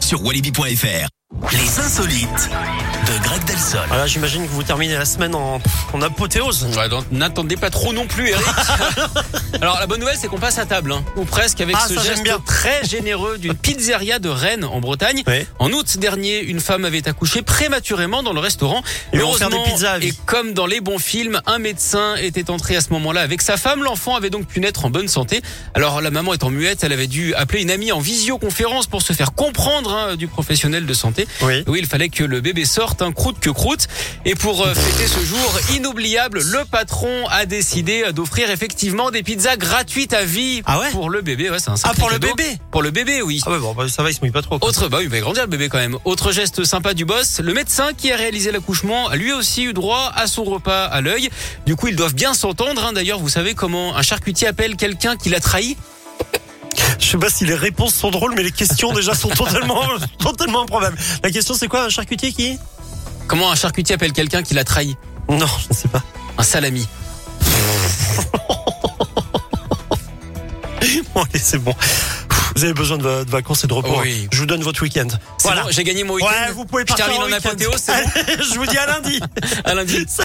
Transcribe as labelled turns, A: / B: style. A: sur walibi.fr. Les insolites de Greg Delsol.
B: Voilà, j'imagine que vous terminez la semaine en, en apothéose.
C: Ouais, donc, N'attendez pas trop non plus, Eric. Alors, la bonne nouvelle, c'est qu'on passe à table, hein, ou presque, avec
B: Ah,
C: ce
B: ça, j'aime
C: geste
B: bien.
C: très généreux d'une pizzeria de Rennes, en Bretagne.
B: Ouais.
C: En août dernier, une femme avait accouché prématurément dans le restaurant.
B: Ils vont faire des pizzas à vie.
C: et comme dans les bons films, un médecin était entré à ce moment-là avec sa femme. L'enfant avait donc pu naître en bonne santé. Alors, la maman étant muette, elle avait dû appeler une amie en visioconférence pour se faire comprendre hein, du professionnel de santé.
B: Oui.
C: Oui, il fallait que le bébé sorte, hein, croûte que croûte. Et pour euh, fêter ce jour inoubliable, le patron a décidé euh, d'offrir effectivement des pizzas gratuites à vie
B: Ah ouais
C: pour le bébé. Ouais, c'est un
B: Ah,
C: sacré
B: pour le
C: cadeau.
B: bébé
C: Pour le bébé, oui.
B: Ah ouais, bon, bah, ça va, il se mouille pas trop. quoi.
C: Autre, bah oui, il va grandir le bébé quand même. Autre geste sympa du boss, le médecin qui a réalisé l'accouchement a lui aussi eu droit à son repas à l'œil. Du coup, ils doivent bien s'entendre. hein. D'ailleurs, vous savez comment un charcutier appelle quelqu'un qui l'a trahi
B: Je sais pas si les réponses sont drôles, mais les questions déjà sont totalement, totalement improbables. La question, c'est quoi un charcutier qui est
C: Comment un charcutier appelle quelqu'un qui l'a trahi
B: Non, je ne sais pas.
C: Un salami.
B: Bon, allez, c'est bon. Vous avez besoin de, va- de vacances et de repos.
C: Oui.
B: Je vous donne votre week-end.
C: C'est bon, j'ai gagné mon week-end.
B: Ouais, vous pouvez
C: Je
B: partir
C: termine
B: en
C: en
B: week-end.
C: apothéose, c'est bon
B: je vous dis à lundi.
C: À lundi.